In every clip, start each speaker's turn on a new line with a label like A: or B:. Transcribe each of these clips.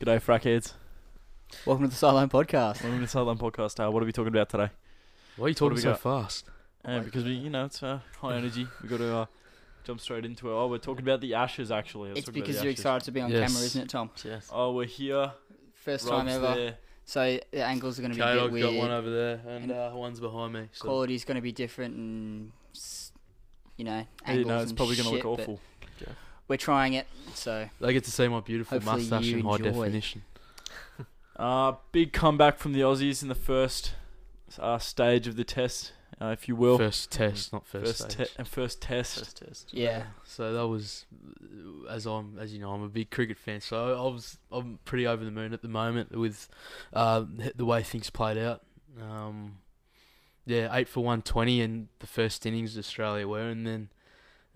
A: G'day, frackheads.
B: Welcome to the Sideline Podcast.
A: Welcome to the Southland Podcast. Uh, what are we talking about today?
C: Why are you
A: What have
C: talking
A: we
C: so
A: got?
C: fast?
A: Uh, because we, you know, it's uh, high energy. We got to uh, jump straight into it. Oh, we're talking about the Ashes actually. Let's
B: It's
A: talk about
B: because
A: the
B: you're
A: Ashes.
B: excited to be on
C: Yes.
B: camera, isn't it, Tom?
C: Yes.
A: Oh, we're here.
B: First
A: Rob's
B: time ever.
A: there.
B: So the angles are going to be a bit
C: K-Dog got
B: weird.
C: one over there, and
B: And-
C: uh, one's behind me. So.
B: Quality's going to be different, and s- you know,
A: Yeah, you
B: angles
A: know, it's
B: and
A: probably going to
B: shit,
A: look
B: but
A: awful.
B: We're trying it, so
C: They get to see my beautiful
B: Hopefully
C: mustache
B: you
C: in high
B: enjoy.
C: definition.
A: Uh, big comeback from the Aussies in the first uh, stage of the test, uh, if you will.
C: first test, not first,
A: First, te-
C: stage.
A: and first test.
C: First test.
B: yeah.
C: So that was, as I'm, as you know, I'm a big cricket fan. So I was, I'm pretty over the moon at the moment with, uh, the way things played out. Um, yeah, eight for one twenty in the first innings Australia were, and then,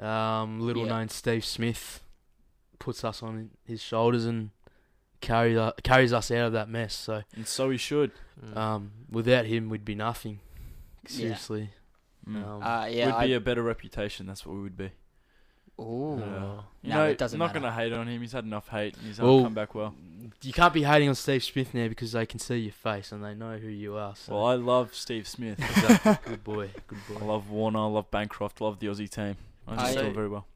C: um, little
B: Yeah.
C: known Steve Smith, puts us on his shoulders and carries us, carries us out of that mess. So,
A: And so he should.
C: um, without him, we'd be nothing.
B: Mm. Yeah.
C: Seriously. Um,
B: Uh,
A: Mm.
B: yeah.
A: We'd
B: I,
A: be a better reputation. That's what we would be.
B: ooh.
C: uh,
A: You
B: No,
A: know,
B: it doesn't
A: I'm not
B: matter.
A: going to hate on him. He's had enough hate. and He's
C: Well,
A: come back well.
C: You can't be hating on Steve Smith now because they can see your face and they know who you are. So
A: Well, I love Steve Smith.
C: Exactly. good boy, good
A: I
C: boy.
A: love Warner, I love Bancroft, love the Aussie team. I
B: I-
A: just do very well.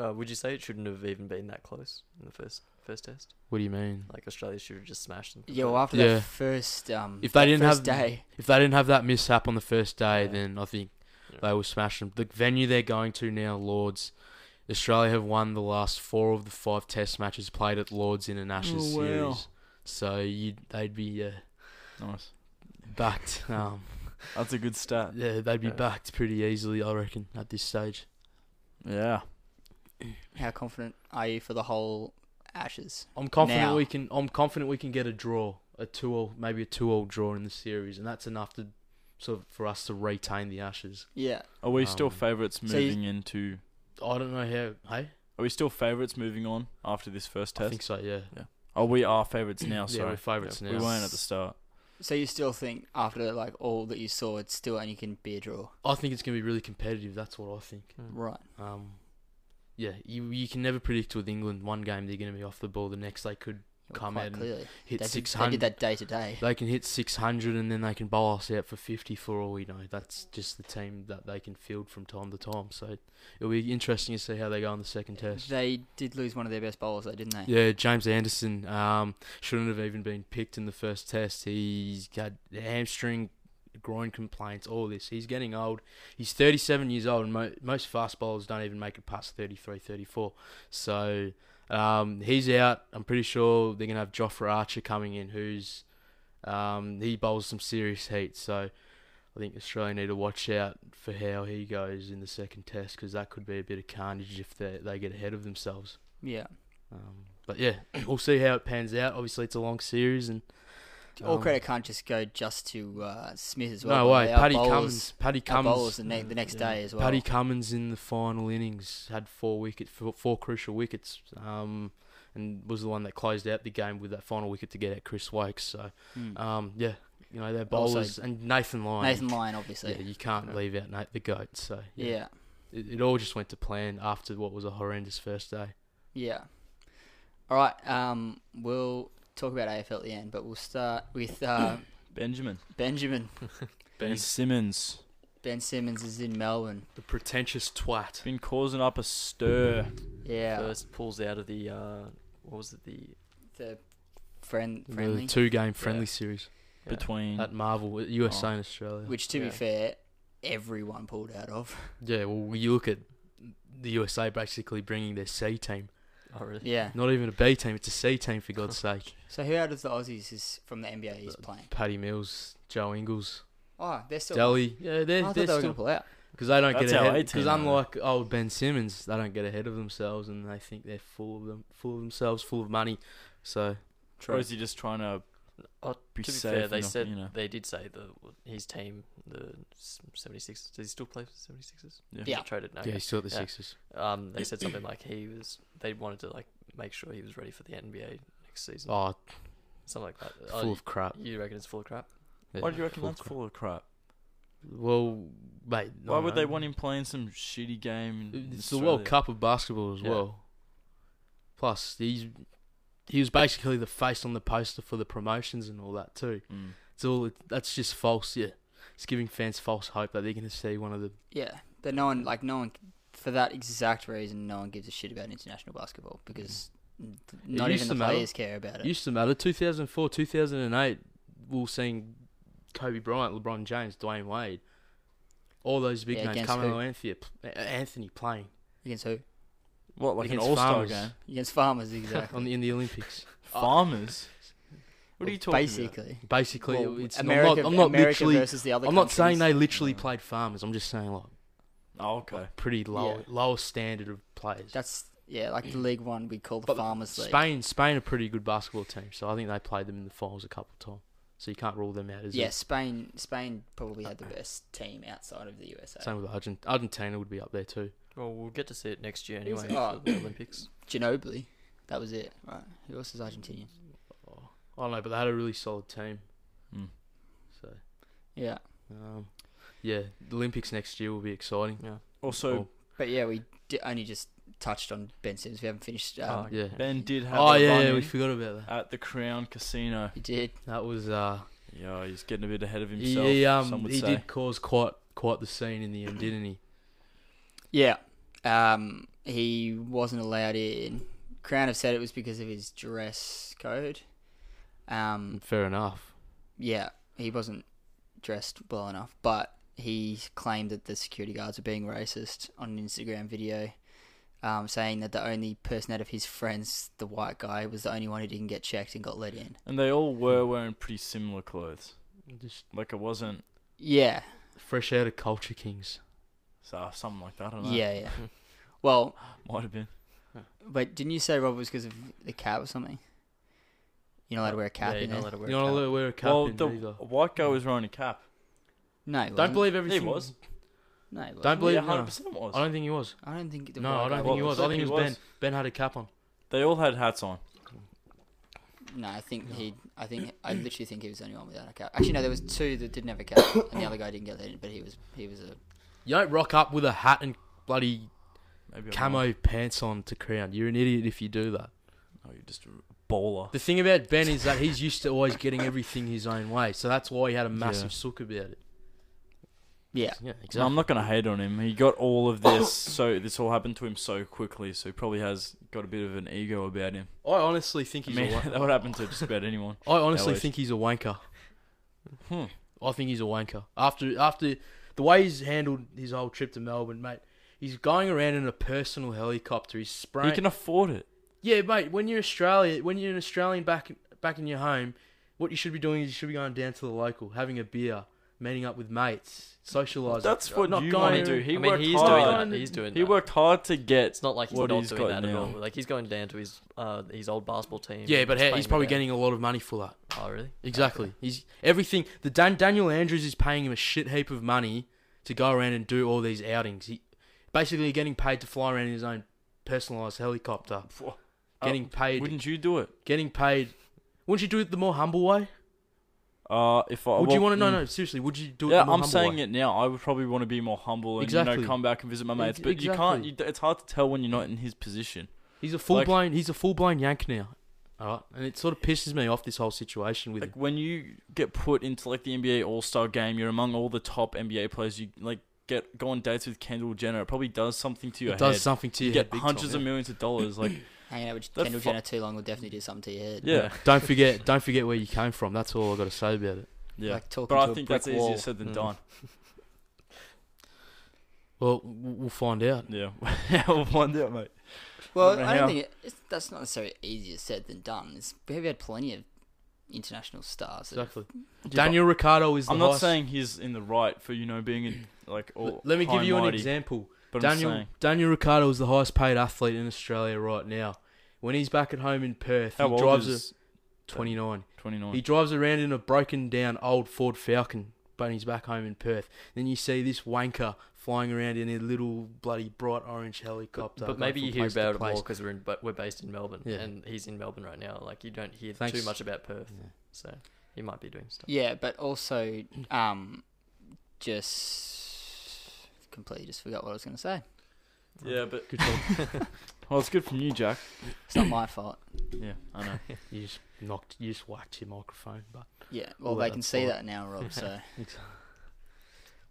D: Uh, would you say it shouldn't have even been that close in the first first test?
C: What do you mean?
D: Like Australia should have just smashed them.
B: Yeah. Well, after
C: Yeah.
B: that first, um,
C: If they
B: that
C: didn't
B: first
C: have-
B: day,
C: If they didn't have that mishap on the first day,
D: Yeah.
C: then I think
D: Yeah.
C: they will smash them. The venue they're going to now, Lords. Australia have won the last four of the five Test matches played at Lords in a Ashes
A: Oh, wow.
C: series. So you they'd be uh,
A: Nice.
C: backed. Um,
A: That's a good stat.
C: yeah, they'd be
D: Yeah.
C: backed pretty easily, I reckon, at this stage.
A: Yeah.
B: how confident are you for the whole Ashes?
C: I'm confident
B: Now.
C: we can. I'm confident we can get a draw, a two-all, maybe a two-all draw in the series, and that's enough to sort of for us to retain the Ashes.
B: Yeah.
A: Are we still
C: Um,
A: favourites
B: so you-
A: moving into?
C: I don't know how. Hey,
A: Are we still favourites moving on after this first
C: I
A: test?
C: think so. Yeah,
A: Oh, we are favourites now.
C: yeah,
A: Sorry,
C: we're favourites
A: we
C: now.
A: weren't at the start.
B: So you still think after like all that you saw, it's still only can be a draw,
C: I think it's gonna be really competitive. That's what I think.
B: right?
C: Um, yeah, you you can never predict with England. One game they're gonna be off the ball. The next they could Come
B: Quite
C: in,
B: clearly.
C: hit
B: They did-
C: six
B: They did
C: hundred.
B: that day to day.
C: They can hit six hundred and then they can bowl us out for fifty for all we know. That's just the team that they can field from time to time. So it'll be interesting to see how they go in the second test.
B: They did lose one of their best bowlers, though, didn't they?
C: Yeah, James Anderson um, shouldn't have even been picked in the first test. He's got hamstring, groin complaints, all this. He's getting old. He's 37 years old, and mo- most fast bowlers don't even make it past 33, 34. So um, he's out. I'm pretty sure they're going to have Jofra Archer coming in, who's um, he bowls some serious heat. So I think Australia need to watch out for how he goes in the second test because that could be a bit of carnage if they, they get ahead of themselves.
B: Yeah.
C: Um, but yeah, we'll see how it pans out. Obviously, it's a long series, and
B: All
C: Um,
B: credit can't just go just to uh, Smith as well.
C: no way,
B: They are
C: Paddy
B: bowlers-
C: Cummins, Paddy
B: are bowlers
C: Cummins,
B: the, ne- the next
C: yeah.
B: day as well.
C: Paddy Cummins in the final innings had four wickets, four, four crucial wickets, um, and was the one that closed out the game with that final wicket to get at Chris Wakes. So
B: Mm.
C: um, yeah, you know they're
B: Also-
C: bowlers and Nathan Lyon.
B: Nathan Lyon,
C: Yeah,
B: obviously.
C: you can't
D: Yeah.
C: leave out Nate the goat. So
B: Yeah.
C: yeah,
B: Yeah.
C: It, it all just went to plan after what was a horrendous first day.
B: All right. Um, we'll talk about AFL at the end, but we'll start with uh,
A: Benjamin,
B: Benjamin.
A: Ben Simmons,
B: Ben Simmons is in Melbourne.
C: The pretentious twat.
A: been causing up a stir.
B: Yeah.
D: First pulls out of the uh, what was it the
B: The friend
C: The
B: friendly.
C: two-game friendly
D: Yeah.
C: series.
D: yeah.
A: Between
C: at Marvel, uh, USA
A: Oh.
C: and Australia.
B: Which, to
D: Yeah.
B: be fair, everyone pulled out of.
C: yeah, well, you look at the USA basically bringing their C team.
D: oh really
B: yeah.
C: Not even a B team, it's a C team for God's sake.
B: So who out of the Aussies is from the NBA is playing?
C: Paddy Mills, Joe Ingles,
B: Oh, they're still.
C: Delhi. Yeah,
B: I
C: they're,
B: thought they were going
C: they're
B: to
C: still.
B: pull out.
C: Because they don't
A: That's
C: get
A: our A
C: ahead.
A: team,
C: Because
A: though.
C: unlike old Ben Simmons, they don't get ahead of themselves and they think they're full of them, full of themselves, full of money. So
A: or is he just trying to
D: Oh, to
A: Be
D: be
A: safe
D: fair, they
A: enough,
D: said
A: you know.
D: they did say the his team, the 76 Does he still play for 76ers?
A: Yeah.
B: Yeah.
D: Traded now.
C: Yeah, he's still at the
D: Yeah.
C: Sixers.
D: Um, they said something like he was. They wanted to like make sure he was ready for the NBA next season.
C: Oh,
D: Something like that. Oh,
C: full of crap.
D: you reckon it's full of crap?
A: Why
C: Yeah,
A: do you reckon
C: full of
A: that's full of crap?
C: crap. Well, mate. I
A: Why
C: don't
A: would they
C: know.
A: want him playing some shitty game? In
C: It's the World
A: Australia?
C: Cup of basketball as
A: Yeah.
C: well. Plus, he's he was basically the face on the poster for the promotions and all that too.
A: Mm.
C: It's all that's just false. Yeah, it's giving fans false hope that they're going to see one of the
B: Yeah, but no one like no one for that exact reason. No one gives a shit about international basketball because n- not
C: used
B: even the
C: to matter.
B: players care about it.
C: used to matter. 2004, 2008, we we're seeing Kobe Bryant, LeBron James, Dwayne Wade, all those big
B: Yeah,
C: names.
B: against
C: Carmelo Anthony, Anthony playing
B: against who?
A: What like an
C: Against
A: all star
C: farmers. Uh,
A: game?
B: Against farmers, exactly.
C: on the, in the Olympics.
A: Farmers. What are you talking about?
B: Basically,
C: Basically,
B: Well,
C: it's
B: America.
C: I'm not, I'm not
B: America
C: literally.
B: versus the other.
C: I'm not saying
B: countries.
C: they literally
A: Yeah.
C: played farmers. I'm just saying like.
A: Oh, okay.
C: pretty low
B: Yeah.
C: lower standard of players.
B: That's yeah, like the League One we call the
C: But
B: Farmers League.
C: Spain Spain are pretty good basketball team, so I think they played them in the finals a couple of times. So you can't rule them out as
B: yeah, Spain. Spain probably had the best team outside of the USA.
C: Same with Argent- Argentina would be up there too.
D: Well, we'll get to see it next year anyway
B: Oh.
D: for the Olympics.
B: Ginobili, that was it. Right. Who else is Argentinian?
C: Oh, I don't know, but they had a really solid team.
A: Mm.
C: So
B: Yeah,
C: Hmm. um, yeah, the Olympics next year will be exciting. Oh,
D: Yeah.
A: Also,
C: Well,
B: but yeah, we d- only just touched on Ben Simmons. We haven't finished. Um,
D: Oh,
C: yeah.
A: Ben did have
C: Oh
A: a
C: yeah,
A: run
C: yeah, we
A: in
C: forgot about that.
A: at the Crown Casino.
B: we did.
C: That was uh,
A: Yeah, he's getting a bit ahead of
C: he,
A: himself.
C: he,
A: some
C: um,
A: would
C: he
A: say.
C: did cause quite quite the scene in the end, didn't he?
B: Yeah. Um, he wasn't allowed in. Crown have said it was because of his dress code. Um,
C: Fair enough.
B: yeah, he wasn't dressed well enough, but he claimed that the security guards were being racist on an Instagram video, um, saying that the only person out of his friends, the white guy, was the only one who didn't get checked and got let in.
A: And they all were wearing pretty similar clothes.
C: Just
A: Like it wasn't
B: Yeah,
C: fresh out of Culture Kings.
A: so, uh, something like that. I don't know.
B: yeah, yeah. well,
A: might have been.
B: but didn't you say Rob was because of the cap or something? You're not allowed to wear a cap
D: Yeah,
B: in
D: you're
B: there.
D: not allowed to wear
C: You
D: a
C: want
D: cap.
C: to wear a cap
A: well,
C: in
A: the
C: either.
A: white guy was wearing a cap.
B: no, he
C: Don't
B: wasn't.
C: believe everything.
A: was.
B: No, he wasn't.
C: Don't believe.
A: yeah,
C: no.
A: hundred percent was.
C: I don't think he was.
B: I don't think. The
C: No,
B: white
C: I don't
B: guy
C: think he
A: Well,
C: was. I think
A: he
C: it was Ben.
A: was.
C: Ben had a cap on.
A: They all had hats on.
B: No, I think
C: No.
B: he. I think I literally think he was the only one without a cap. Actually, no, there was two that didn't have a cap, and the other guy didn't get let in, but he was he was a
C: You don't rock up with a hat and bloody
A: Maybe I'm
C: camo
A: wrong.
C: pants on to crown. You're an idiot if you do that.
A: Oh, you're just a bowler.
C: The thing about Ben is that he's used to always getting everything his own way, so that's why he had a massive
A: Yeah.
C: sook about it.
B: yeah.
C: Yeah,
A: No, I'm
C: exactly.
A: not going to hate on him. He got all of this, so this all happened to him so quickly. So he probably has got a bit of an ego about him.
C: I honestly think
A: I
C: he's.
A: mean,
C: a
A: that
C: wanker.
A: would happen to just about anyone.
C: I honestly
A: always-
C: think he's a wanker.
A: Hmm.
C: I think he's a wanker. After after the way he's handled his whole trip to Melbourne, mate. He's going around in a personal helicopter. He's spraying.
A: He can afford it.
C: Yeah, mate. When you're Australia, when you're an Australian back back in your home, what you should be doing is you should be going down to the local, having a beer, meeting up with mates, socialising.
A: That's what
C: not
A: you want
C: going-
A: to do. He
D: I mean,
A: worked
D: he is doing
A: hard.
D: that. He's doing
A: He
D: that.
A: worked hard to get.
D: It's not like he's
A: what
D: not
A: he's
D: doing
A: got
D: that
A: now.
D: at all. Like he's going down to his uh his old basketball team.
C: Yeah, but hey,
D: playing
C: he's
D: with
C: probably
D: them.
C: getting a lot of money for that.
D: Oh really?
C: Exactly. He's everything. The Dan, Daniel Andrews is paying him a shit heap of money to go around and do all these outings. He basically getting paid to fly around in his own personalised helicopter, getting paid,
A: Uh, Wouldn't you do it?
C: getting paid. Wouldn't you do it the more humble way?
A: Uh, if I
C: Would
A: well,
C: you want to? No,
A: mm.
C: no. Seriously, would you do it?
A: yeah,
C: the more
A: I'm
C: humble
A: saying
C: way?
A: it now. I would probably want to be more humble and you
C: Exactly.
A: know come back and visit my mates.
C: Ex-
A: But you can't.
C: exactly.
A: You, it's hard to tell when you're not in his position.
C: He's a full blown. He's a full blown yank now. All right, and it sort of pisses me off this whole situation with
A: Like
C: him.
A: when you get put into like the NBA All Star game, you're among all the top NBA players. You like get go on dates with Kendall Jenner. It probably does something to your
C: It does
A: head.
C: something to
A: you
C: your
A: get
C: head big
A: hundreds
C: time.
A: of millions of dollars. Like
B: Hanging out with
A: That
B: Kendall
A: fu-
B: Jenner too long will definitely do something to your head.
A: Yeah.
C: don't forget, don't forget where you came from. That's all I got to say about it.
A: yeah,
B: Like talking
A: but
B: to
A: I
B: a
A: think
B: brick
A: that's
B: wall.
A: easier said than
D: Mm.
A: done.
C: Well, w- we'll find out.
A: Yeah, we'll find out, mate.
B: Well,
A: Right
B: I
A: now.
B: don't think it, it's, that's not necessarily easier said than done. It's, we've had plenty of international stars. that-
C: Exactly. Daniel Ricciardo is. The
A: I'm not
C: highest-
A: saying he's in the right for you know being in like
C: L-
A: all.
C: Let me
A: high
C: give you an
A: mighty,
C: example.
A: But
C: Daniel
A: I'm saying,
C: Daniel Ricciardo is the highest paid athlete in Australia right now. When he's back at home in Perth,
A: how
C: he
A: old
C: drives
A: is
C: twenty nine.
A: Twenty nine.
C: He drives around in a broken down old Ford Falcon, but he's back home in Perth. Then you see this wanker flying around in a little bloody bright orange
D: But,
C: helicopter.
D: but
C: going
D: maybe
C: from
D: you hear
C: place to
D: about it more
C: place.
D: because we're in, but we're based in Melbourne,
C: Yeah.
D: and he's in Melbourne right now. Like you don't hear
C: Thanks.
D: too much about Perth,
C: Yeah.
D: so he might be doing stuff.
B: Yeah, but also, um, just completely just forgot what I was going to say.
A: yeah, but
C: Good job.
A: well, it's good from you, Jack.
B: It's not my fault.
A: Yeah, I know.
C: you just knocked. You just whacked your microphone. But
B: Yeah, well,
C: Well,
B: they can
C: that's
B: see
C: fine.
B: that now, Rob. So
D: Moving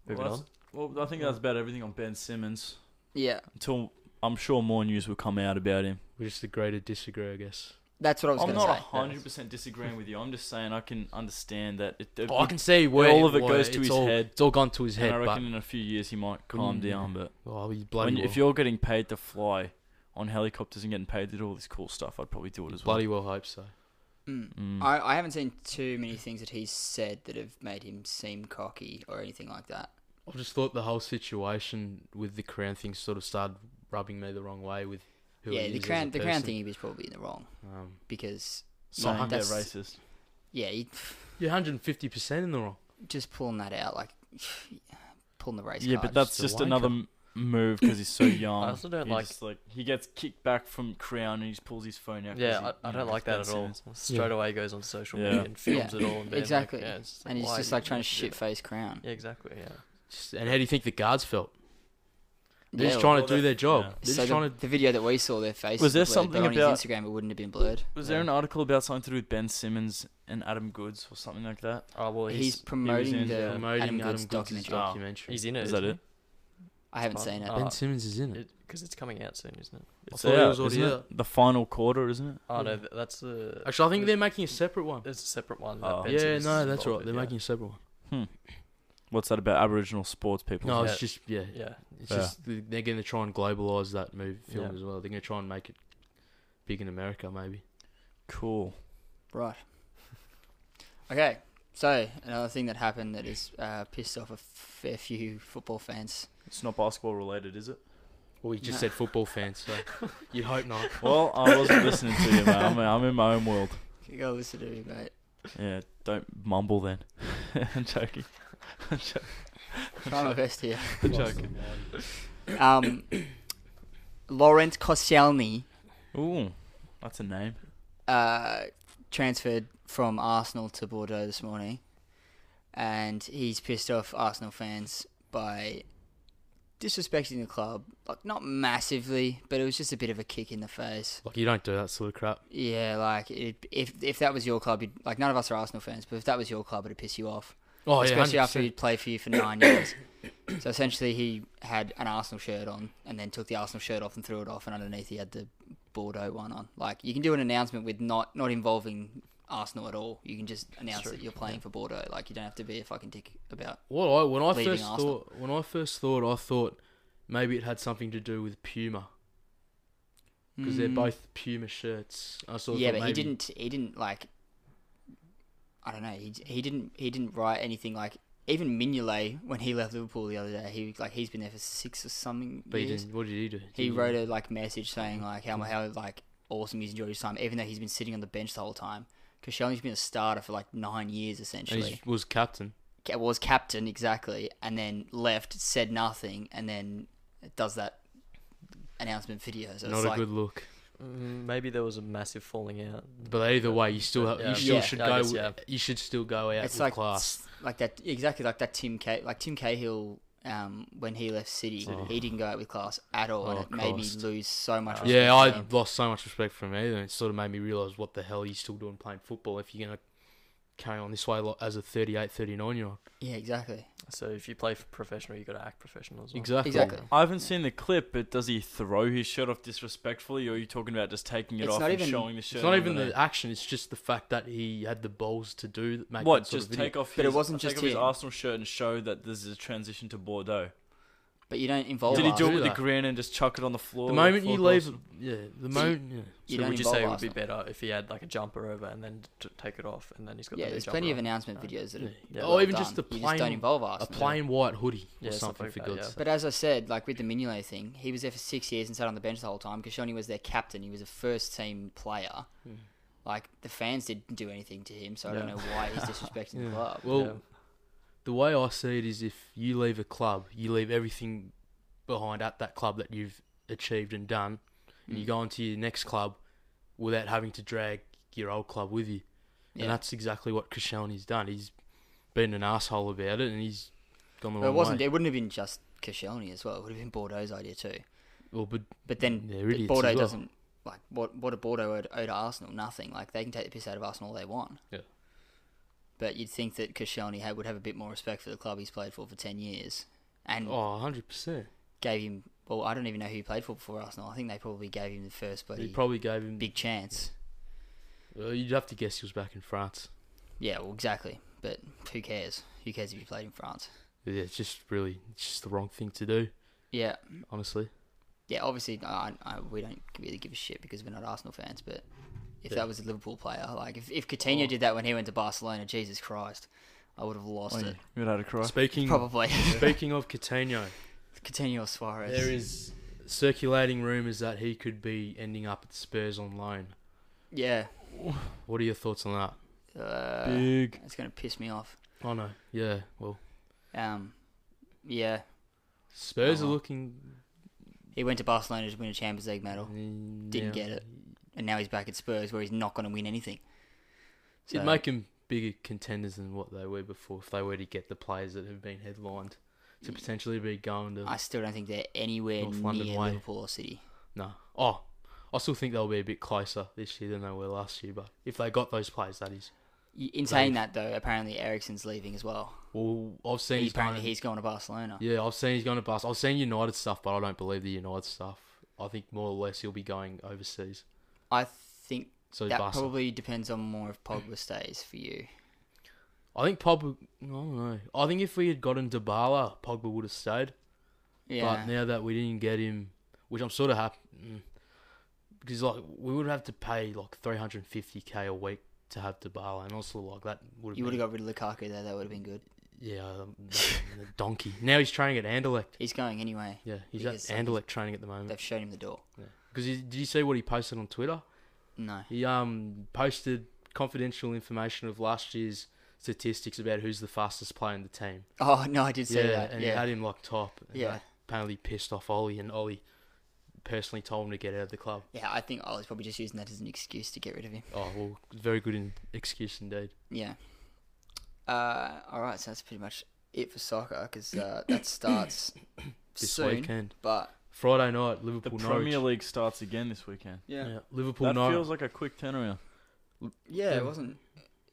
A: well,
D: on.
A: that's- well, I think that's about everything on Ben Simmons.
B: yeah,
A: Until I'm sure more news will come out about him.
C: we just agree to disagree, I guess.
B: that's what I was
A: I'm
B: going to say.
A: not hundred percent disagreeing with you. I'm just saying I can understand that. It, it
C: Oh, I can see where
A: all of it
C: where
A: goes to
C: it's
A: his
C: all-
A: head.
C: It's all gone to his
A: and
C: head.
A: I
C: but
A: reckon in a few years he might calm
C: Mm.
A: down. But
C: well, he's bloody
A: when,
C: well.
A: if you're getting paid to fly on helicopters and getting paid to do all this cool stuff, I'd probably do it as well.
C: bloody well hope so.
B: Mm.
A: Mm.
B: I, I haven't seen too many things that he's said that have made him seem cocky or anything like that.
C: I just thought the whole situation with the crown thing sort of started rubbing me the wrong way with who
B: yeah,
C: he
B: the
C: is as a
B: crown, the crown
C: person.
B: thing, he was probably in the wrong
C: Um,
B: because
A: Saying
B: No,
A: they're
B: that's-
A: racist.
B: yeah, he,
C: you're 150 percent in the wrong.
B: just pulling that out like pulling the race.
A: Yeah,
B: card
A: but that's
C: a
A: just
C: wanker.
A: another m- move because he's so young.
D: I also don't
A: He
D: like.
A: just, like he gets kicked back from crown and he just pulls his phone out. 'cause
D: Yeah,
A: he,
D: I, I
A: you
D: don't
A: know,
D: like that
A: it's
D: at
A: Ben
D: all.
A: Simmons.
D: Straight away goes on social
A: Yeah.
D: media and films
B: Yeah.
D: it all. And being
B: Exactly.
D: Like, yeah, it's just
B: and he's
D: why
B: just
D: do
B: like
D: you
B: trying to
D: do
B: shit
D: that?
B: face Crown.
D: Yeah, exactly. Yeah.
C: Just- And how do you think the guards felt? They're
B: Yeah,
C: just trying
A: well,
C: to do
A: that-
C: their job.
A: yeah.
C: They're
B: so
C: just
B: the,
C: trying to.
B: the video that we saw, their faces
A: Was there
B: were blurred,
A: something
B: but on
A: about-
B: his Instagram? It wouldn't have been blurred.
A: Was there
C: Yeah.
A: an article about something to do with Ben Simmons and Adam Goods or something like that?
D: Oh well,
B: he's
D: he's
B: promoting
A: in
B: the
C: Promoting
B: Adam Goods
C: Adam Goods'
B: documentary.
A: doc-
C: documentary.
D: he's in it.
A: Is that
D: isn't
A: it?
B: I haven't
D: Oh,
B: seen it.
D: oh,
C: ben
D: uh,
C: Simmons is in
D: he?
C: it.
D: Because it's coming out soon, isn't it?
A: I
C: thought it was
A: isn't
C: already
A: it? The final quarter, isn't it?
D: Oh
C: Yeah.
D: no, th- that's the.
C: Hmm. Actually, I think
D: the-
C: they're making a separate one.
D: There's a separate one.
A: Oh.
D: That Ben
C: Yeah,
D: Simmons
C: no,
D: is
C: that's right.
D: involved
C: They're
D: with, yeah.
C: making a separate one.
A: What's that about Aboriginal sports people?
C: No,
D: Yeah.
C: it's just yeah.
D: Yeah,
C: It's
A: Yeah.
C: just th- they're going to try and globalize that movie film
A: Yeah.
C: as well. They're going to try and make it big in America, maybe.
A: Cool.
B: Right. Okay. So another thing that happened that has uh, pissed off a fair few football fans.
A: It's not basketball related, is it?
C: Well, you just
B: No.
C: said football fans, so you'd hope not.
A: Well, I wasn't listening to you, mate. I'm, I'm in my own world.
B: Go listen to me, mate.
A: Yeah, don't mumble then. I'm joking. I'm joking.
B: Try my best here.
A: I'm joking.
B: Um, Laurent Koscielny
A: Ooh, that's a name.
B: uh, transferred from Arsenal to Bordeaux this morning, and he's pissed off Arsenal fans by disrespecting the club. Like not massively, but it was just a bit of a kick in the face.
C: Like you don't do that sort of crap.
B: Yeah, like it, if if that was your club, you'd, like none of us are Arsenal fans, but if that was your club, it'd piss you off,
C: Oh
B: especially after he'd played for you for nine years. So essentially, he had an Arsenal shirt on, and then took the Arsenal shirt off and threw it off, and underneath he had the Bordeaux one on. Like you can do an announcement with not not involving Arsenal at all. You can just announce
D: true,
B: that you're playing for Bordeaux. Like you don't have to be a fucking dick about.
C: What I when I
B: Leaving
C: first
B: Arsenal.
C: thought when I first thought I thought maybe it had something to do with Puma because they're
B: Mm.
C: both Puma shirts. I sort of
B: yeah,
C: thought
B: but he
C: maybe-
B: didn't. He didn't like. I don't know. He he didn't he didn't write anything like even Mignolet when he left Liverpool the other day. He like he's been there for six or something
C: But he
B: years.
C: didn't. What did he do? Hmm.
B: He,
C: Did
B: wrote a like message saying like how how like awesome he's enjoyed his time, even though he's been sitting on the bench the whole time. Koscielny's been a starter for like nine years
C: And
B: essentially.
C: he was captain.
B: Ca- Was captain exactly, and then left, said nothing, and then does that announcement video. So
C: Not
B: it's
C: a
B: like,
C: good look.
D: Mm, maybe there was a massive falling out.
C: But either way, you still have,
D: Yeah,
C: you still
B: yeah,
C: should
D: I
C: go.
D: guess, yeah.
C: You should still go out
B: it's
C: with
B: like
C: class.
B: like that exactly like that Tim K like Tim Cahill um, when he left City
C: City.
B: he didn't go out with class at all and
C: Oh,
B: it made me
C: Christ.
B: lose so much.
D: Yeah,
B: respect
C: Yeah,
B: for
C: I
B: him.
C: lost so much respect for him either. and It sort of made me realise what the hell he's still doing playing football if you're going to carry on this way lo- as a 38, 39 year old.
B: yeah exactly.
D: So if you play for professional, you got to act professional as well.
C: Exactly.
B: Exactly.
A: I haven't seen the clip, but does he throw his shirt off disrespectfully, or are you talking about just taking it
B: It's
A: off
B: not
A: and
B: even-
A: showing the shirt?
C: It's not even
A: underneath?
C: the action, it's just the fact that he had the balls to do make
A: what?
C: uh, that sort
A: Just
C: of video.
A: take off. His,
B: But it wasn't
A: take
B: just
A: off his
B: him.
A: Arsenal shirt and show that there's a transition to Bordeaux.
B: But you don't involve.
A: Did he
B: us.
A: do it
C: do
A: with
C: Oh, that.
A: the grin and just chuck it on the floor?
C: The moment
A: floor
C: you leave,
A: gloves?
C: yeah, the
B: See,
C: moment, yeah.
B: You
D: so
B: don't
D: would you
B: involve
D: say it would
B: us
D: be
B: now.
D: better if he had like a jumper over and then t- take it off and then he's got
B: Yeah,
D: the new
B: there's
D: jumper
B: plenty of
D: on?
B: announcement
D: Uh,
B: videos that are
D: Yeah,
C: or
B: well
C: even just
B: done.
C: a
B: You just don't
C: plain,
B: involve
C: a
B: Arsenal.
C: plain white hoodie
D: Yeah,
C: or
D: stuff
C: something
D: like
C: for
D: that,
C: God's
D: yeah.
C: sake.
B: But as I said, like with the Mignolet thing, he was there for six years and sat on the bench the whole time. Koscielny was their captain. He was a first team player. Like the fans didn't do anything to him, so I don't
D: Yeah.
B: know why he's disrespecting the
C: Yeah.
B: club.
C: Well,
D: Yeah.
C: the way I see it is if you leave a club, you leave everything behind at that club that you've achieved and done, and you
B: Mm.
C: go on to your next club without having to drag your old club with you.
B: Yeah.
C: And that's exactly what Koscielny's done. He's been an asshole about it, and he's gone the
B: But
C: wrong
B: it wasn't.
C: way.
B: It wouldn't have been just Koscielny as well. It would have been Bordeaux's idea too.
C: Well, but
B: But then
C: They're
B: but
C: idiots as
B: Bordeaux
C: well.
B: doesn't like what what a Bordeaux owe, owe to Arsenal. Nothing. Like they can take the piss out of Arsenal all they want.
C: Yeah.
B: But you'd think that Koscielny had, would have a bit more respect for the club he's played for for ten years, and
C: oh, 100%.
B: gave him. Well, I don't even know who he played for before Arsenal. I think they probably gave him the first
C: He
B: bloody
C: probably gave him.
B: big chance.
C: Well, you'd have to guess he was back in France.
B: Yeah, well, exactly. But who cares? Who cares if you played in France?
C: Yeah, it's just really, it's just the wrong thing to do,
B: Yeah,
C: honestly.
B: yeah. Obviously, I, I, we don't really give a shit because we're not Arsenal fans. But if
C: Yeah.
B: that was a Liverpool player, like if if Coutinho
C: Oh.
B: did that when he went to Barcelona, Jesus Christ, I would have lost
C: Oh,
B: it.
C: yeah.
A: You would have had a cry.
C: Speaking
B: Probably
C: speaking of Coutinho,
B: Coutinho or Suarez.
C: there is circulating rumours that he could be ending up at Spurs on loan.
B: Yeah,
C: What are your thoughts on that?
B: uh,
A: Big.
B: it's gonna piss me off.
C: Oh no, yeah, well,
B: Um, yeah,
C: Spurs are
B: Uh-huh.
C: looking.
B: he went to Barcelona to win a Champions League medal,
C: Mm,
B: Didn't
C: yeah.
B: get it. and now he's back at Spurs where he's not gonna win anything.
C: It'd make them bigger contenders than what they were before if they were to get the players that have been headlined to potentially be going to.
B: I still don't think they're anywhere
C: North
B: near
C: London way.
B: Liverpool or City.
C: No. Oh, I still think they'll be a bit closer this year than they were last year, but if they got those players, that is.
B: Y- In saying that, though, apparently Ericsson's leaving as well.
C: Well, I've seen
B: He,
C: he's
B: apparently,
C: going-
B: he's going to Barcelona.
C: Yeah, I've seen he's going to bust. I've seen United stuff, but I don't believe the United stuff. I think more or less he'll be going overseas.
B: I think
C: So
B: that
C: Barca.
B: probably depends on more if Pogba stays for you.
C: I think Pogba. I don't know. I think if we had gotten Dybala, Pogba would have stayed.
B: Yeah,
C: But now that we didn't get him, which I'm sort of happy, because like we would have to pay like 350k a week to have Dybala, and also like that would
B: you
C: have
B: would
C: been
B: have got rid of Lukaku there. That would have been good.
C: yeah um, that- the donkey. Now he's training at Anderlecht.
B: He's going anyway.
C: Yeah, he's
B: Because,
C: at
B: like,
C: Anderlecht training at the moment.
B: They've shown him the door.
C: Because did you see what he posted on Twitter?
B: No.
C: He um posted confidential information of last year's statistics about who's the fastest player in the team.
B: Oh no, I did see
C: yeah,
B: that.
C: and he
B: yeah,
C: had him like top. and
B: Yeah.
C: that apparently pissed off Ollie, and Ollie personally told him to get out of the club.
B: yeah. I think Ollie's probably just using that as an excuse to get rid of him.
C: Oh well, very good in excuse indeed.
B: Yeah. Uh, all right, so that's pretty much it for soccer because uh, that starts
C: This
B: soon.
C: weekend,
B: But
C: Friday night,
A: The
C: Liverpool Norwich.
A: Premier League starts again this weekend.
C: Yeah.
B: yeah,
C: Liverpool
A: that
C: Norwich.
A: feels like a quick turnaround.
B: yeah,
C: Yeah.
B: it wasn't.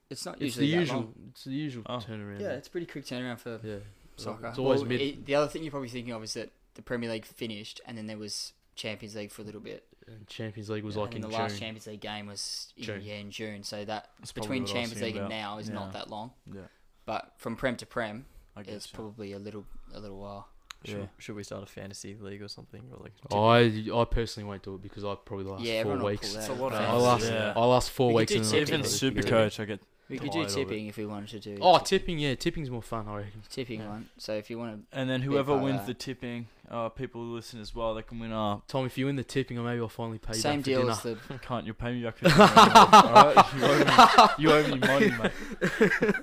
B: It's not
C: it's
B: usually
C: the
B: that
C: usual.
B: long.
C: It's the usual
A: Oh.
C: turnaround.
B: Yeah, it's a pretty quick turnaround for
C: yeah.
B: soccer.
C: It's always
B: Well,
C: mid.
B: it- the other thing you're probably thinking of is that the Premier League finished, and then there was Champions League for a little bit.
C: and Champions League was
B: and
C: like
B: then
C: in
B: the
C: June.
B: last Champions League game was in,
C: June.
B: yeah in June. So that
A: That's probably what I
B: between
A: was
B: Champions
A: thinking
B: League and
A: about.
B: now is
A: Yeah.
B: not that long.
A: Yeah.
B: But from prem to prem,
A: I guess.
B: it's
A: yeah.
B: probably a little a little while.
D: Should,
A: Yeah.
D: should we start a fantasy league or something? Or like
C: I I personally won't do it because I probably last
B: yeah,
C: four
B: everyone will
C: weeks.
B: pull
A: It's
B: out
A: a lot
B: of
A: of
B: prem.
C: I last
A: Yeah.
C: I last four
B: We could
C: weeks.
B: do
C: and then I
A: Even
B: tipping.
A: super
C: completely forget it.
A: coach, I get
B: We
C: Oh,
B: could
C: I
B: do
C: love it.
B: tipping if we wanted to do.
C: Oh, tipping, yeah, tipping's more fun, I reckon.
B: tipping
C: yeah.
B: one. So if you want to,
A: and then
B: Big
A: whoever
B: part of
A: wins
B: that.
A: the tipping, uh, people who listen as well, they can win uh, our
C: Tom, if you win the tipping, maybe I'll finally pay you
B: same
C: back for
B: deal
C: dinner.
B: as the
A: Can't you pay me back for dinner? Alright, you, owe me, you owe me money, mate.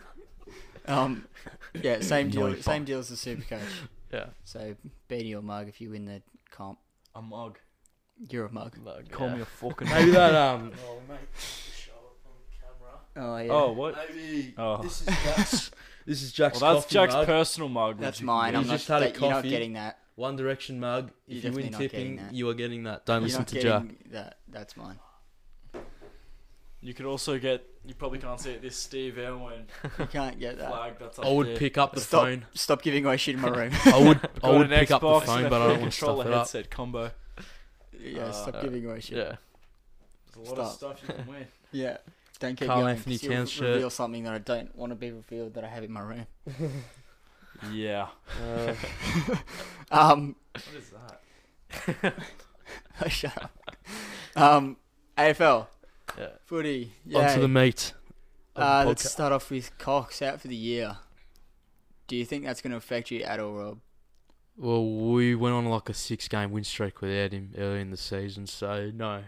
B: um, yeah, same deal,
C: Nice
B: same
C: one.
B: deal as the super coach.
D: yeah,
B: So beanie or mug if you win the comp,
A: A mug.
B: you're a mug.
D: mug,
A: Call
D: yeah.
A: me a fucking
C: Maybe
A: mug.
C: that um.
B: Oh yeah.
A: Oh what?
C: Maybe
A: Oh.
C: this is Jack's. this is Jack's.
A: Well, that's
C: coffee
A: Jack's
C: mug.
A: personal mug.
B: That's
A: which-
B: mine.
C: You
B: I'm not,
C: just had a
B: that, you're not
C: coffee.
B: getting that.
C: One Direction mug.
B: You're
C: If you win
B: definitely not getting
C: tipping,
B: that.
C: you are getting that. Don't
B: You're
C: listen
B: not
C: to Jack.
B: getting That that's mine.
A: You could also get. You probably can't see it. This Steve Irwin
B: You can't get that.
A: flag. That's up
C: I would
A: there.
C: pick up the
B: Stop.
C: phone.
B: Stop giving away shit in my room.
C: I would. I
A: Got
C: would
A: an
C: pick up the
A: Xbox
C: phone,
A: and a
C: but I
A: free
C: don't want to stuff
A: controller
C: it up.
A: headset combo.
B: yeah,
A: Uh,
B: stop
D: uh,
B: giving away shit.
D: yeah.
A: There's a lot
B: Stop.
A: of stuff you can win.
B: Yeah. Don't keep
C: Carl
B: going.
C: Anthony
B: 'cause you'll
C: Towns shirt.
B: reveal something that I don't want to be revealed that I have in my room.
A: Yeah.
B: Uh, Um, Oh,
A: What is that?
B: shut up. Um, AFL
D: yeah.
B: footy.
C: Onto
B: yay.
C: the meat. of
B: Uh,
C: the
B: let's
C: podca-
B: start off with Cox out for the year. Do you think that's going to affect you at all, Rob?
C: Well, we went on like a six-game win streak without him early in the season, so Oh, no.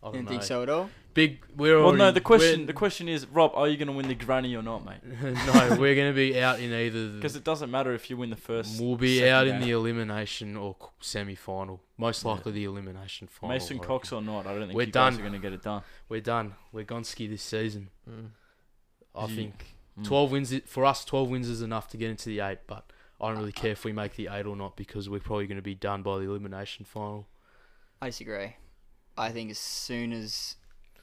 C: I don't
B: Didn't
C: know.
B: think so at all.
C: big. We're
A: Well, no. The
C: already- we're-
A: question the question is, Rob, are you going to win the granny or not, mate?
C: no, we're going to be out in either.
A: Because it doesn't matter if you win the first.
C: we'll be
A: second
C: out in
A: round.
C: the elimination or semi final. Most
A: Yeah.
C: likely the elimination final.
A: Mason
C: I
A: Cox
C: reckon.
A: or not. I don't think
C: We're
A: you guys
C: done.
A: are going to get it done.
C: We're done. We're Gonski this season.
D: Mm.
C: I
A: Ye-
C: think
A: Mm.
C: twelve wins i- for us. Twelve wins is enough to get into the eight, but. I don't really care if we make the eight or not because we're probably going to be done by the elimination final.
B: I disagree. I think as soon as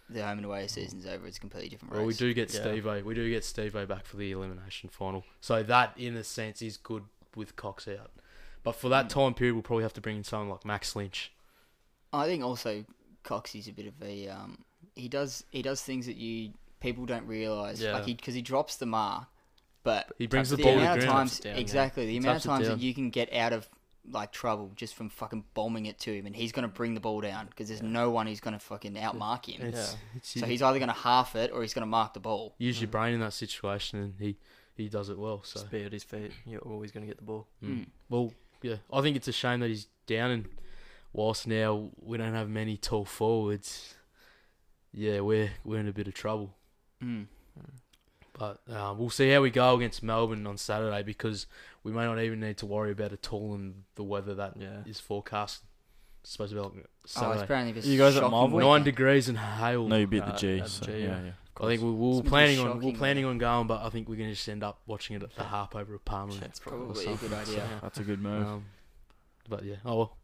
B: the home and away season's over, it's a completely different race.
C: Well, we do get
D: Yeah.
C: Steve O. We do get Steve O back for the elimination final. So that, in a sense, is good with Cox out. But for that time period, we'll probably have to bring in someone like Max Lynch.
B: I think also Coxey's a bit of a um, he does he does things that you people don't realize
D: Yeah.
B: like because he, drops the mar, but
C: He brings the
D: Taps it
B: the
C: ball
D: down.
C: to
B: amount
C: ground.
B: of
D: Taps
B: times
D: it down, yeah.
B: exactly the amount of
C: Taps it
B: times
C: down.
B: that you can get out of like trouble just from fucking bombing it to him and he's gonna bring the ball down because there's
D: Yeah.
B: no one who's gonna fucking outmark him.
C: It's, it's,
B: So he's either gonna half it or he's gonna mark the ball.
C: use your brain in that situation, and he, he does it well. So
D: Just be at his feet. You're always going to get the ball.
A: Hmm.
B: Hmm.
C: mm. well, yeah, I think it's a shame that he's down. And whilst now we don't have many tall forwards, yeah, we're we're in a bit of trouble.
A: Hmm.
B: Mm.
C: But uh, we'll see how we go against Melbourne on Saturday because we may not even need to worry about it at all and the weather that is
D: Yeah.
C: forecast. It's supposed to be like
B: Oh, it's
C: Saturday.
B: apparently just
A: You guys at
B: shocking
A: Marvel?
B: weekend.
C: Nine degrees and hail.
A: No, you beat the
D: Uh,
A: G.
D: at the
A: so,
D: G,
A: yeah,
D: yeah.
A: yeah.
C: I think we
B: It's
C: we
B: a
C: are
B: bit
C: planning on we
B: shocking,
C: are planning on going, but I think we're going to just end up watching it at the harp over at Palmer.
D: That's
B: Probably a good idea.
C: Yeah.
A: That's a good move.
C: Um, but yeah, oh well.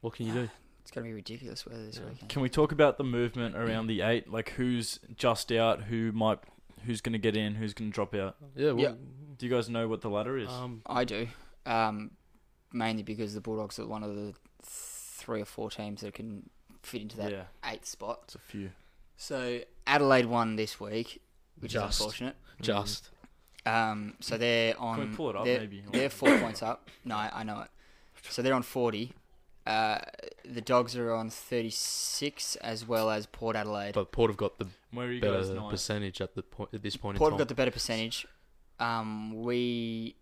C: What can you do?
B: It's gonna be ridiculous weather this
D: Yeah.
B: weekend.
A: Can we talk about the movement around the eight? Like who's just out? Who might? Who's going to get in? Who's going to drop out?
C: Yeah, well,
A: Do you guys know what the ladder is?
C: Um,
B: I do, um, mainly because the Bulldogs are one of the three or four teams that can fit into that
A: yeah,
B: eighth spot.
A: it's a few.
B: So Adelaide won this week, which is
C: Just.
B: unfortunate.
C: just
B: Um, so they're on.
A: Can we pull it up
B: they're,
A: maybe?
B: They're four points up. No, I I know it. So they're on forty. Uh, the Dogs are on thirty-six, as well as Port Adelaide.
C: but Port have got the
A: Where are you guys
C: better
A: nine?
C: percentage at the point at this point
B: Port
C: in
B: have
C: time.
B: got the better percentage. Um, we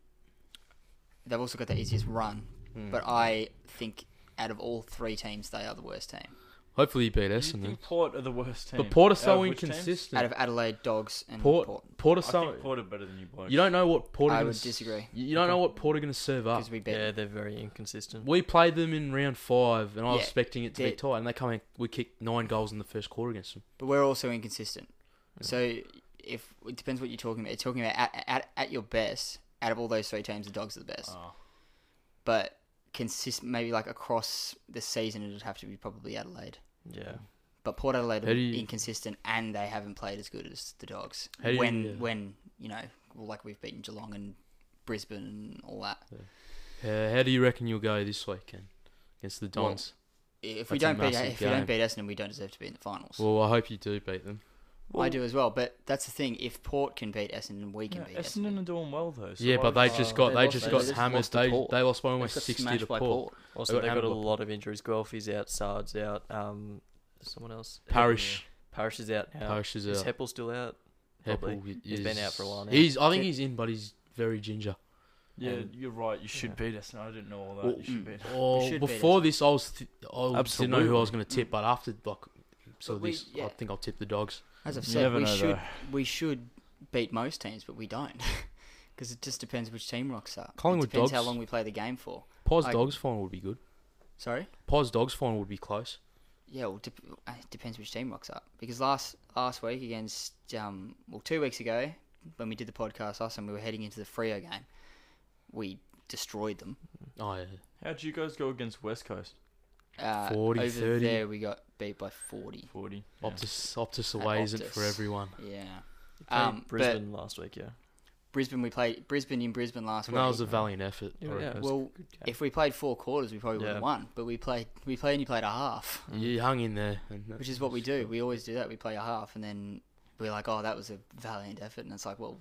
B: they've also got the easiest run,
C: Mm.
B: but I think out of all three teams, they are the worst team.
C: Hopefully, you beat
A: You
C: Essendon.
A: think Port are the worst team?
C: But Port are
A: Out of
C: so
A: which teams?
B: Out
C: inconsistent.
B: of Adelaide, Dogs, and
C: Port,
B: Port,
C: Port,
A: I
C: are so.
A: think Port are better than you blokes.
C: you don't know what Port. Are
B: I
C: gonna
B: would
C: s-
B: disagree
C: You you don't know
D: Okay.
C: what Port are going to serve up.
B: because we beat.
D: Mm. Yeah, they're very inconsistent.
C: We played them in round five, and I was
B: Yeah,
C: expecting it to be
B: they-
C: tight, and they come in. We kicked nine goals in the first quarter against them.
B: But we're also inconsistent.
C: Yeah.
B: So if it depends what you're talking about. You're talking about at, at, at your best. Out of all those three teams, the Dogs are the
C: Ah.
B: best.
A: Oh.
B: But consist maybe like across the season, it'd have to be probably Adelaide.
D: yeah.
B: But Port Adelaide
C: How
B: are
C: do you-
B: inconsistent, and they haven't played as good as the Dogs.
C: How do you-
B: when
C: yeah.
B: when you know, well, like we've beaten Geelong and Brisbane and all that.
C: Uh, how do you reckon you'll go this weekend against the
B: Well,
C: Dons?
B: If we
C: That's a
B: don't beat
C: massive
B: if we don't
C: game.
B: beat Essendon, we don't deserve to be in the finals.
C: Well, I hope you do beat them.
B: I do as well, but that's the thing. If Port can beat Essendon, we can
A: Yeah,
B: beat Essendon.
A: Essendon are doing well though. So
C: yeah,
A: why
C: but
A: would
C: they
A: you-
C: just
D: uh,
C: got
D: they
C: they
D: lost-
C: just
D: they
C: got
D: just
C: hammered.
B: lost to
C: They
B: Port.
C: they lost by almost
B: They got
C: sixty
B: smashed
C: to
B: by
C: Port.
D: Also,
C: They
D: they've got a
C: haven't got-
D: lot of injuries. Guelphy's out, Sard's out, um, there's someone else.
C: Parish,
D: Parish is out now.
C: Parish is
D: Is
C: out.
D: Heppel still out? probably.
C: Heppel
D: He's been
C: is-
D: out for a while now.
C: He's, I think
B: Ge-
C: he's in, but he's very ginger.
A: Yeah,
D: and-
A: you're right. You should
D: yeah.
A: beat Essendon. I didn't know all that.
C: Well,
A: you should
B: mm.
A: beat.
C: Oh,
B: should beat
C: before this, I was th- I didn't know who I was
A: Absolutely.
C: going to tip, but after like so
B: But we-
C: this, I
B: yeah.
C: think I'll tip the dogs.
B: As I've
A: You
B: said,
A: never
B: we
A: know,
B: should
A: though.
B: we should beat most teams, but we don't because it just depends which team rocks up.
C: Collingwood
B: it depends how
C: Dogs.
B: long we play the game for.
C: Paws
B: I-
C: dogs final would be good.
B: Sorry.
C: Paws dogs final would be close.
B: Yeah, well, dep- uh, it depends which team rocks up. Because last last week against um, well, two weeks ago when we did the podcast last time, we were heading into the Frio game. We destroyed them.
C: Oh yeah,
A: How'd you guys go against West Coast?
B: Uh,
C: 40,
B: over
C: 30.
B: there, we got beat by forty.
A: Forty. Yeah.
C: Optus Optus
B: At
C: away isn't for
B: Optus.
C: everyone.
B: Yeah,
D: They played
B: Um, but-
D: Brisbane last week, yeah.
B: Brisbane. We played Brisbane in Brisbane last
C: And
B: week.
C: that was a valiant effort. I
D: Yeah, yeah.
C: reckon.
D: was a
B: well,
D: Good game.
B: if we played four quarters, we probably would
D: Yeah.
B: have won. But we played, we played, and you played a half,
C: you hung in there, and that-
B: Mm. which is what we do. We always do that. We play a half, and then we're like, "Oh, that was a valiant effort," and it's like, "Well,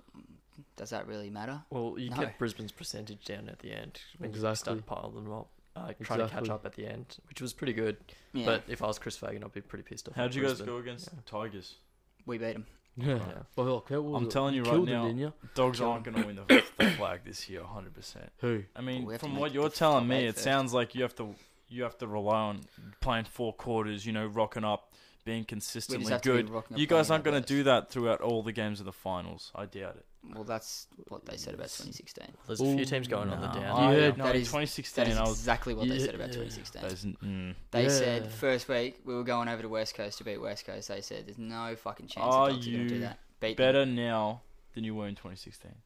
B: does that really matter?"
D: Well, you
B: No.
D: kept Brisbane's percentage down at the end when you
C: Exactly.
D: start piling them up, uh, trying to catch
C: Exactly.
D: up at the end, which was pretty good.
B: Yeah,
D: But if I was Chris Fagan, I'd be pretty pissed off.
A: How'd
D: at
A: you guys
D: Brisbane.
A: go against
D: Yeah.
A: Tigers?
B: we beat them.
C: Yeah.
D: Yeah.
C: Well, look, how was
A: I'm
C: it?
A: telling you right
C: killed
A: now,
C: them, didn't you?
A: Dogs
B: Killed
A: aren't going to win the, the flag this year, 100. percent
C: Who?
A: I mean,
B: we have to
A: from
B: make
A: what
B: it
A: you're
B: difficult
A: telling
B: for
A: me,
B: them
A: it
B: first.
A: sounds like you have to you have to rely on playing four quarters. You know, rocking up, being
B: We just
A: consistently
B: have to
A: good.
B: be rocking a
A: You guys
B: plan
A: aren't going
B: about
A: to do that throughout all the games of the finals. I doubt it.
B: this. Well, that's what they said about 2016.
D: There's a few teams
C: Ooh,
D: going on the
A: No,
D: down.
A: I-
C: You heard-
A: no,
B: That
A: in
B: is-
A: 2016,
B: That is
A: I was.
B: exactly what they
C: Yeah,
B: said about
C: yeah.
B: 2016.
A: that is- mm.
B: They said
C: Yeah.
B: first week we were going over to West Coast to beat West Coast. They said there's no fucking chance
A: Are
B: the dogs are going to
A: you
B: do that. Beat them.
A: Better now than you were in 2016.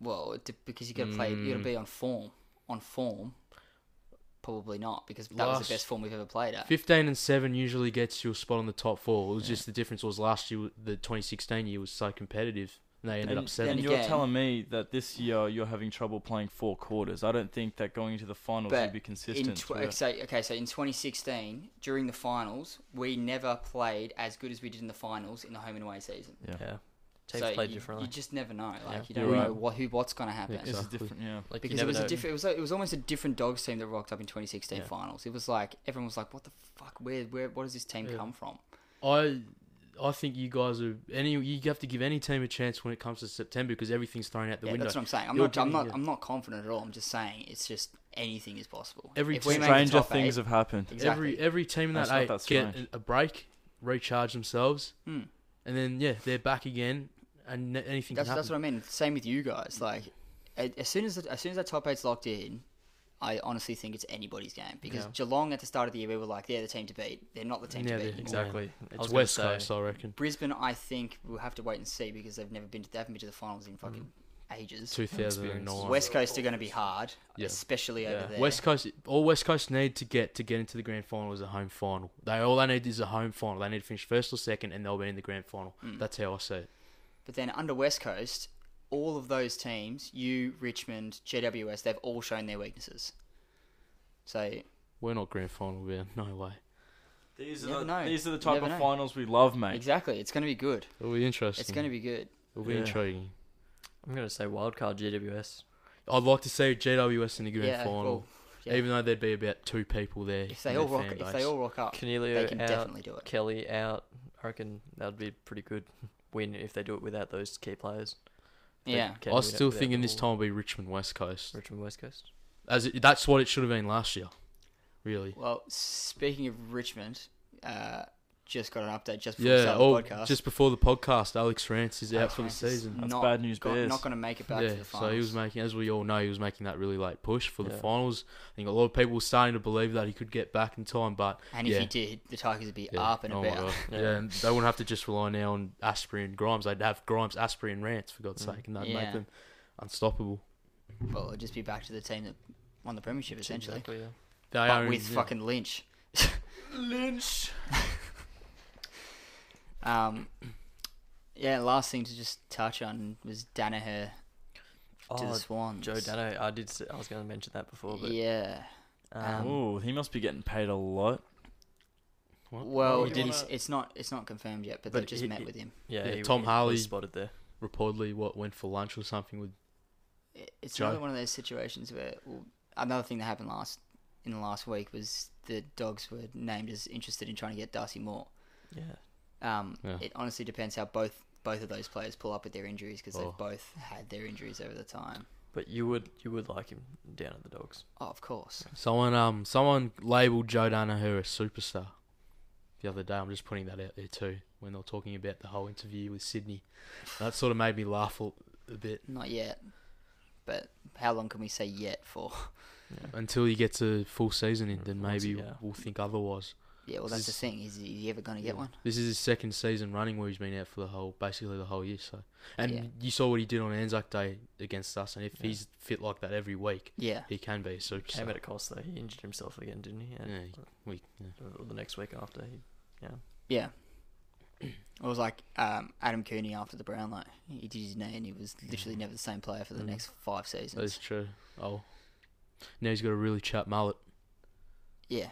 B: Well, it de- because you got to play, you got
C: Mm.
B: to be on form. On form, probably not because that was
C: Last-
B: the best form we've ever played at.
C: 15 and 7 usually gets you a spot on the top four. It was
B: Yeah.
C: just the difference was last year, the 2016 year was so competitive, and they ended
A: And,
C: up seventh.
A: and
B: then
A: you're
B: again-
A: telling me that this year you're having trouble playing four quarters. I don't think that going into the finals
B: But
A: you'd be
B: In
A: consistent.
B: tw-
A: throughout.
B: okay, okay, so in 2016 during the finals, we never played as good as we did in the finals in the home and away season.
A: Yeah.
D: Yeah. Teams
B: so
D: play
B: you,
D: differently.
B: you just never know. Like
D: Yeah.
B: you don't
A: You're right.
B: know what who what's going to happen.
C: Yeah,
A: This is
C: Exactly.
A: different, yeah.
D: like you
B: Because it
D: never
B: was
D: know.
B: a different, it was, it was almost a different dogs team that rocked up in 2016
D: Yeah.
B: finals. It was like everyone was like, "What the fuck? Where, where, what does this team
C: Yeah.
B: come from?"
C: I I think you guys are any you have to give any team a chance when it comes to September because everything's thrown out the
B: yeah,
C: window.
B: that's what I'm saying. I'm
C: You're
B: not, I'm
C: giving
B: not,
C: it-
B: I'm not confident at all. I'm just saying it's just anything is possible.
C: Every
B: If we
C: team-
B: make the
A: Stranger
B: top
A: things
B: eight-
A: have happened.
B: exactly.
C: Every every team in that
A: That's not
C: eight
A: that
C: get
A: strange.
C: a break, recharge themselves,
B: Hmm.
C: and then yeah they're back again, and n- anything
B: That's
C: can
B: that's
C: happen.
B: what I mean. Same with you guys. Like, a- as soon as as soon as that top eight's locked in, I honestly think it's anybody's game because
C: Yeah.
B: Geelong at the start of the year we were like, they're the team to beat. They're not the team
C: Yeah,
B: to
C: they-
B: beat.
C: exactly.
D: exactly. I was
C: it's
D: gonna
C: West
D: say,
C: Coast, I reckon.
B: Brisbane, I think we'll have to wait and see because they've never been to they haven't been to the finals in fucking ages.
C: Mm. Two thousand and nine.
D: Experience.
B: West Coast are going to be hard,
C: Yeah.
B: especially
D: Yeah.
B: over there.
C: West Coast, all West Coast need to get to get into the grand final is a home final. They all they need is a home final. They need to finish first or second, and they'll be in the grand final.
B: Hmm.
C: That's how I see it.
B: But then under West Coast, all of those teams, you, Richmond, JWS, they've all shown their weaknesses. So
C: We're not grand final, man. No way.
A: These
B: You
A: are,
B: never
A: the,
B: know.
A: these are the
B: You
A: type
B: never
A: of
B: know.
A: finals we love, mate.
B: exactly, it's going to be good.
C: It'll be interesting.
B: It's going to be good.
C: It'll be
A: Yeah.
C: intriguing.
D: I'm gonna say wildcard GWS.
C: I'd like to see GWS in the grand
B: Yeah,
C: final,
B: well, yeah.
C: even though there'd be about two people there.
B: if they
C: in
B: all
C: their
B: rock,
C: fan
B: if
C: base.
B: they all rock up,
D: Canelio
B: they can
D: out.
B: definitely do it.
D: Kelly out. I reckon that'd be a pretty good win if they do it without those key players. They
B: Yeah,
C: I
D: can win
C: was
D: it
C: still
D: without
C: thinking
D: them
C: this
D: all.
C: time will be Richmond West Coast,
D: Richmond West Coast.
C: as it, that's what it should have been last year. Really.
B: Well, speaking of Richmond, uh, just got an update just before the
C: Yeah.
B: start of
C: Oh,
B: the podcast.
C: just before the podcast, Alex Rance is
B: Alex
C: out for the
B: Francis
C: season.
A: That's
B: not
A: bad news,
B: got-
A: Bears.
B: Not going to make it back
C: yeah,
B: to the finals.
C: so he was making, as we all know, he was making that really late push for the
D: Yeah.
C: finals. I think a lot of people were starting to believe that he could get back in time, but
B: and if
C: yeah.
B: he did, the Tigers would be
C: yeah,
B: up and
C: oh my
B: about.
C: God.
D: Yeah.
C: yeah. and they wouldn't have to just rely now on Asprey and Grimes. They'd have Grimes, Asprey, and Rance for God's
D: Mm.
C: sake, and that'd
B: Yeah.
C: make them unstoppable.
B: Well, it'd just be back to the team that won the premiership essentially,
D: Exactly, yeah.
C: They
B: but
C: in-
B: with
C: yeah.
B: fucking Lynch.
A: Lynch.
B: Um, yeah, last thing to just touch on was Danaher to
D: Oh,
B: the Swans.
D: Joe Dano. I did. s- I was going to mention that before, but
B: Yeah.
D: um,
B: Um,
A: Ooh, he must be getting paid a lot.
C: What?
B: Well,
A: Why would you
B: he's,
A: wanna-
B: it's not it's not confirmed yet, but,
D: But
B: they've just
D: he-
B: met
D: he-
B: with him.
D: yeah,
C: yeah,
D: he-
C: Tom
D: he was
C: Harley-
D: spotted there.
C: reportedly, what went for lunch or something with
B: It- It's
C: Joe.
B: another one of those situations where well, another thing that happened last in the last week was the dogs were named as interested in trying to get Darcy Moore.
D: Yeah,
B: Um,
C: Yeah.
B: It honestly depends how both both of those players pull up with their injuries because
C: Oh.
B: they've both had their injuries over the time.
D: but you would you would like him down at the Dogs.
B: Oh, of course.
C: someone. Um, someone labeled Joe Danaher a superstar the other day. I'm just putting that out there too when they were talking about the whole interview with Sydney. That sort of made me laugh a, a bit.
B: Not yet. But how long can we say yet for?
C: until you get to full season in, then
D: Once-
C: maybe
D: yeah.
C: we'll think otherwise.
B: Yeah, well, that's the
C: This-
B: thing. Is he ever going to get
C: Yeah.
B: one?
C: This is his second season running where he's been out for the whole, basically the whole year. So, and
B: Yeah.
C: you saw what he did on Anzac Day against us, and if
D: Yeah.
C: he's fit like that every week,
B: Yeah.
C: he can be a superstar.
D: Came at a cost though. He injured himself again, didn't he? And
C: yeah, he- we, yeah.
D: or the next week after he.
B: Yeah. It was like um, Adam Cooney after the Brownlow. He did his knee and he was literally never the same player for the
C: Mm.
B: next five
C: that is
B: seasons.
C: true. Oh, now he's got a really chap mullet.
B: Yeah.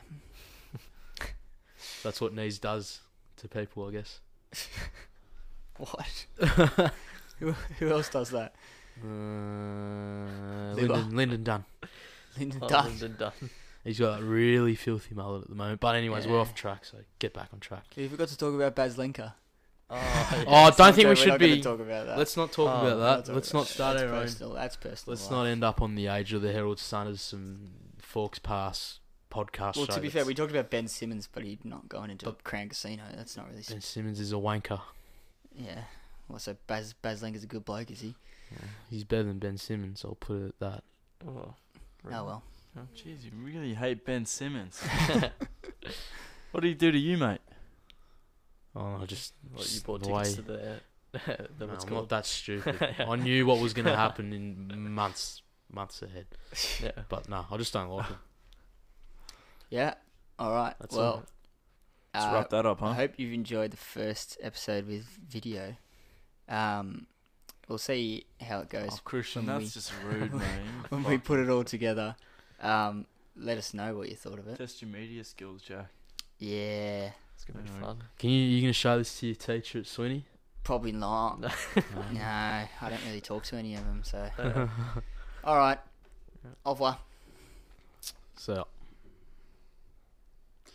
C: That's what knees does to people, I guess.
B: What? who, who else does that?
C: Uh,
B: Liver.
C: Lyndon, Lyndon Dunn.
B: Lyndon
D: Oh,
B: Dunn.
D: Lyndon Dunn.
C: He's got that really filthy mullet at the moment. But anyways, we're
B: Yeah.
C: off track, so get back on track.
B: We forgot to talk about Baz Linka.
D: Oh,
C: Oh, I
B: It's not
C: don't think
B: okay,
C: we
B: we're
C: should
B: not gonna
C: be.
B: talk about that.
C: Let's not talk
D: Oh,
B: We're
C: about that.
B: talking
C: Let's
B: about
C: not
B: that.
C: start
B: That's
C: our own.
B: personal. That's personal.
C: Let's
B: life.
C: not end up on the age of the Herald Sun as some forks pass podcast
B: Well,
C: show.
B: to be fair,
C: that's-
B: we talked about Ben Simmons, but he's not going into
C: But-
B: Crown Casino. That's not really.
C: Ben Simmons is a wanker.
B: Yeah. Well, so Baz Baz Luhrmann's a good bloke, is he?
C: He's better than Ben Simmons. I'll put it at that.
D: Oh,
B: Oh well.
A: Jeez, you really hate Ben Simmons. what did he do to you, mate?
C: Oh, I just
D: What, you
C: Just
D: bought
C: the
D: tickets
C: way-
D: to the, the
C: no,
D: what's
C: I'm not
D: called?
C: that stupid. I knew what was going to happen in months, months ahead.
D: Yeah.
C: But no, I just don't like him.
B: Yeah. All right.
C: That's all
B: well,
C: right.
A: Let's
B: uh,
A: wrap that up,
B: I
A: huh?
B: hope you've enjoyed the first episode with video. Um, we'll see how it goes
A: Oh, Christian,
B: when
A: that's
B: we-
A: just rude, man.
B: when we
A: Fuck.
B: put it all together. Um, let us know what you thought of it.
A: Test your media skills, Jack.
B: Yeah.
D: It's gonna be
A: Alright.
D: fun.
C: Can you you gonna show this to your teacher at Sweeney?
B: Probably not.
D: No.
B: No, I don't really talk to any of them. So,
D: Uh,
B: all right. Au revoir.
C: so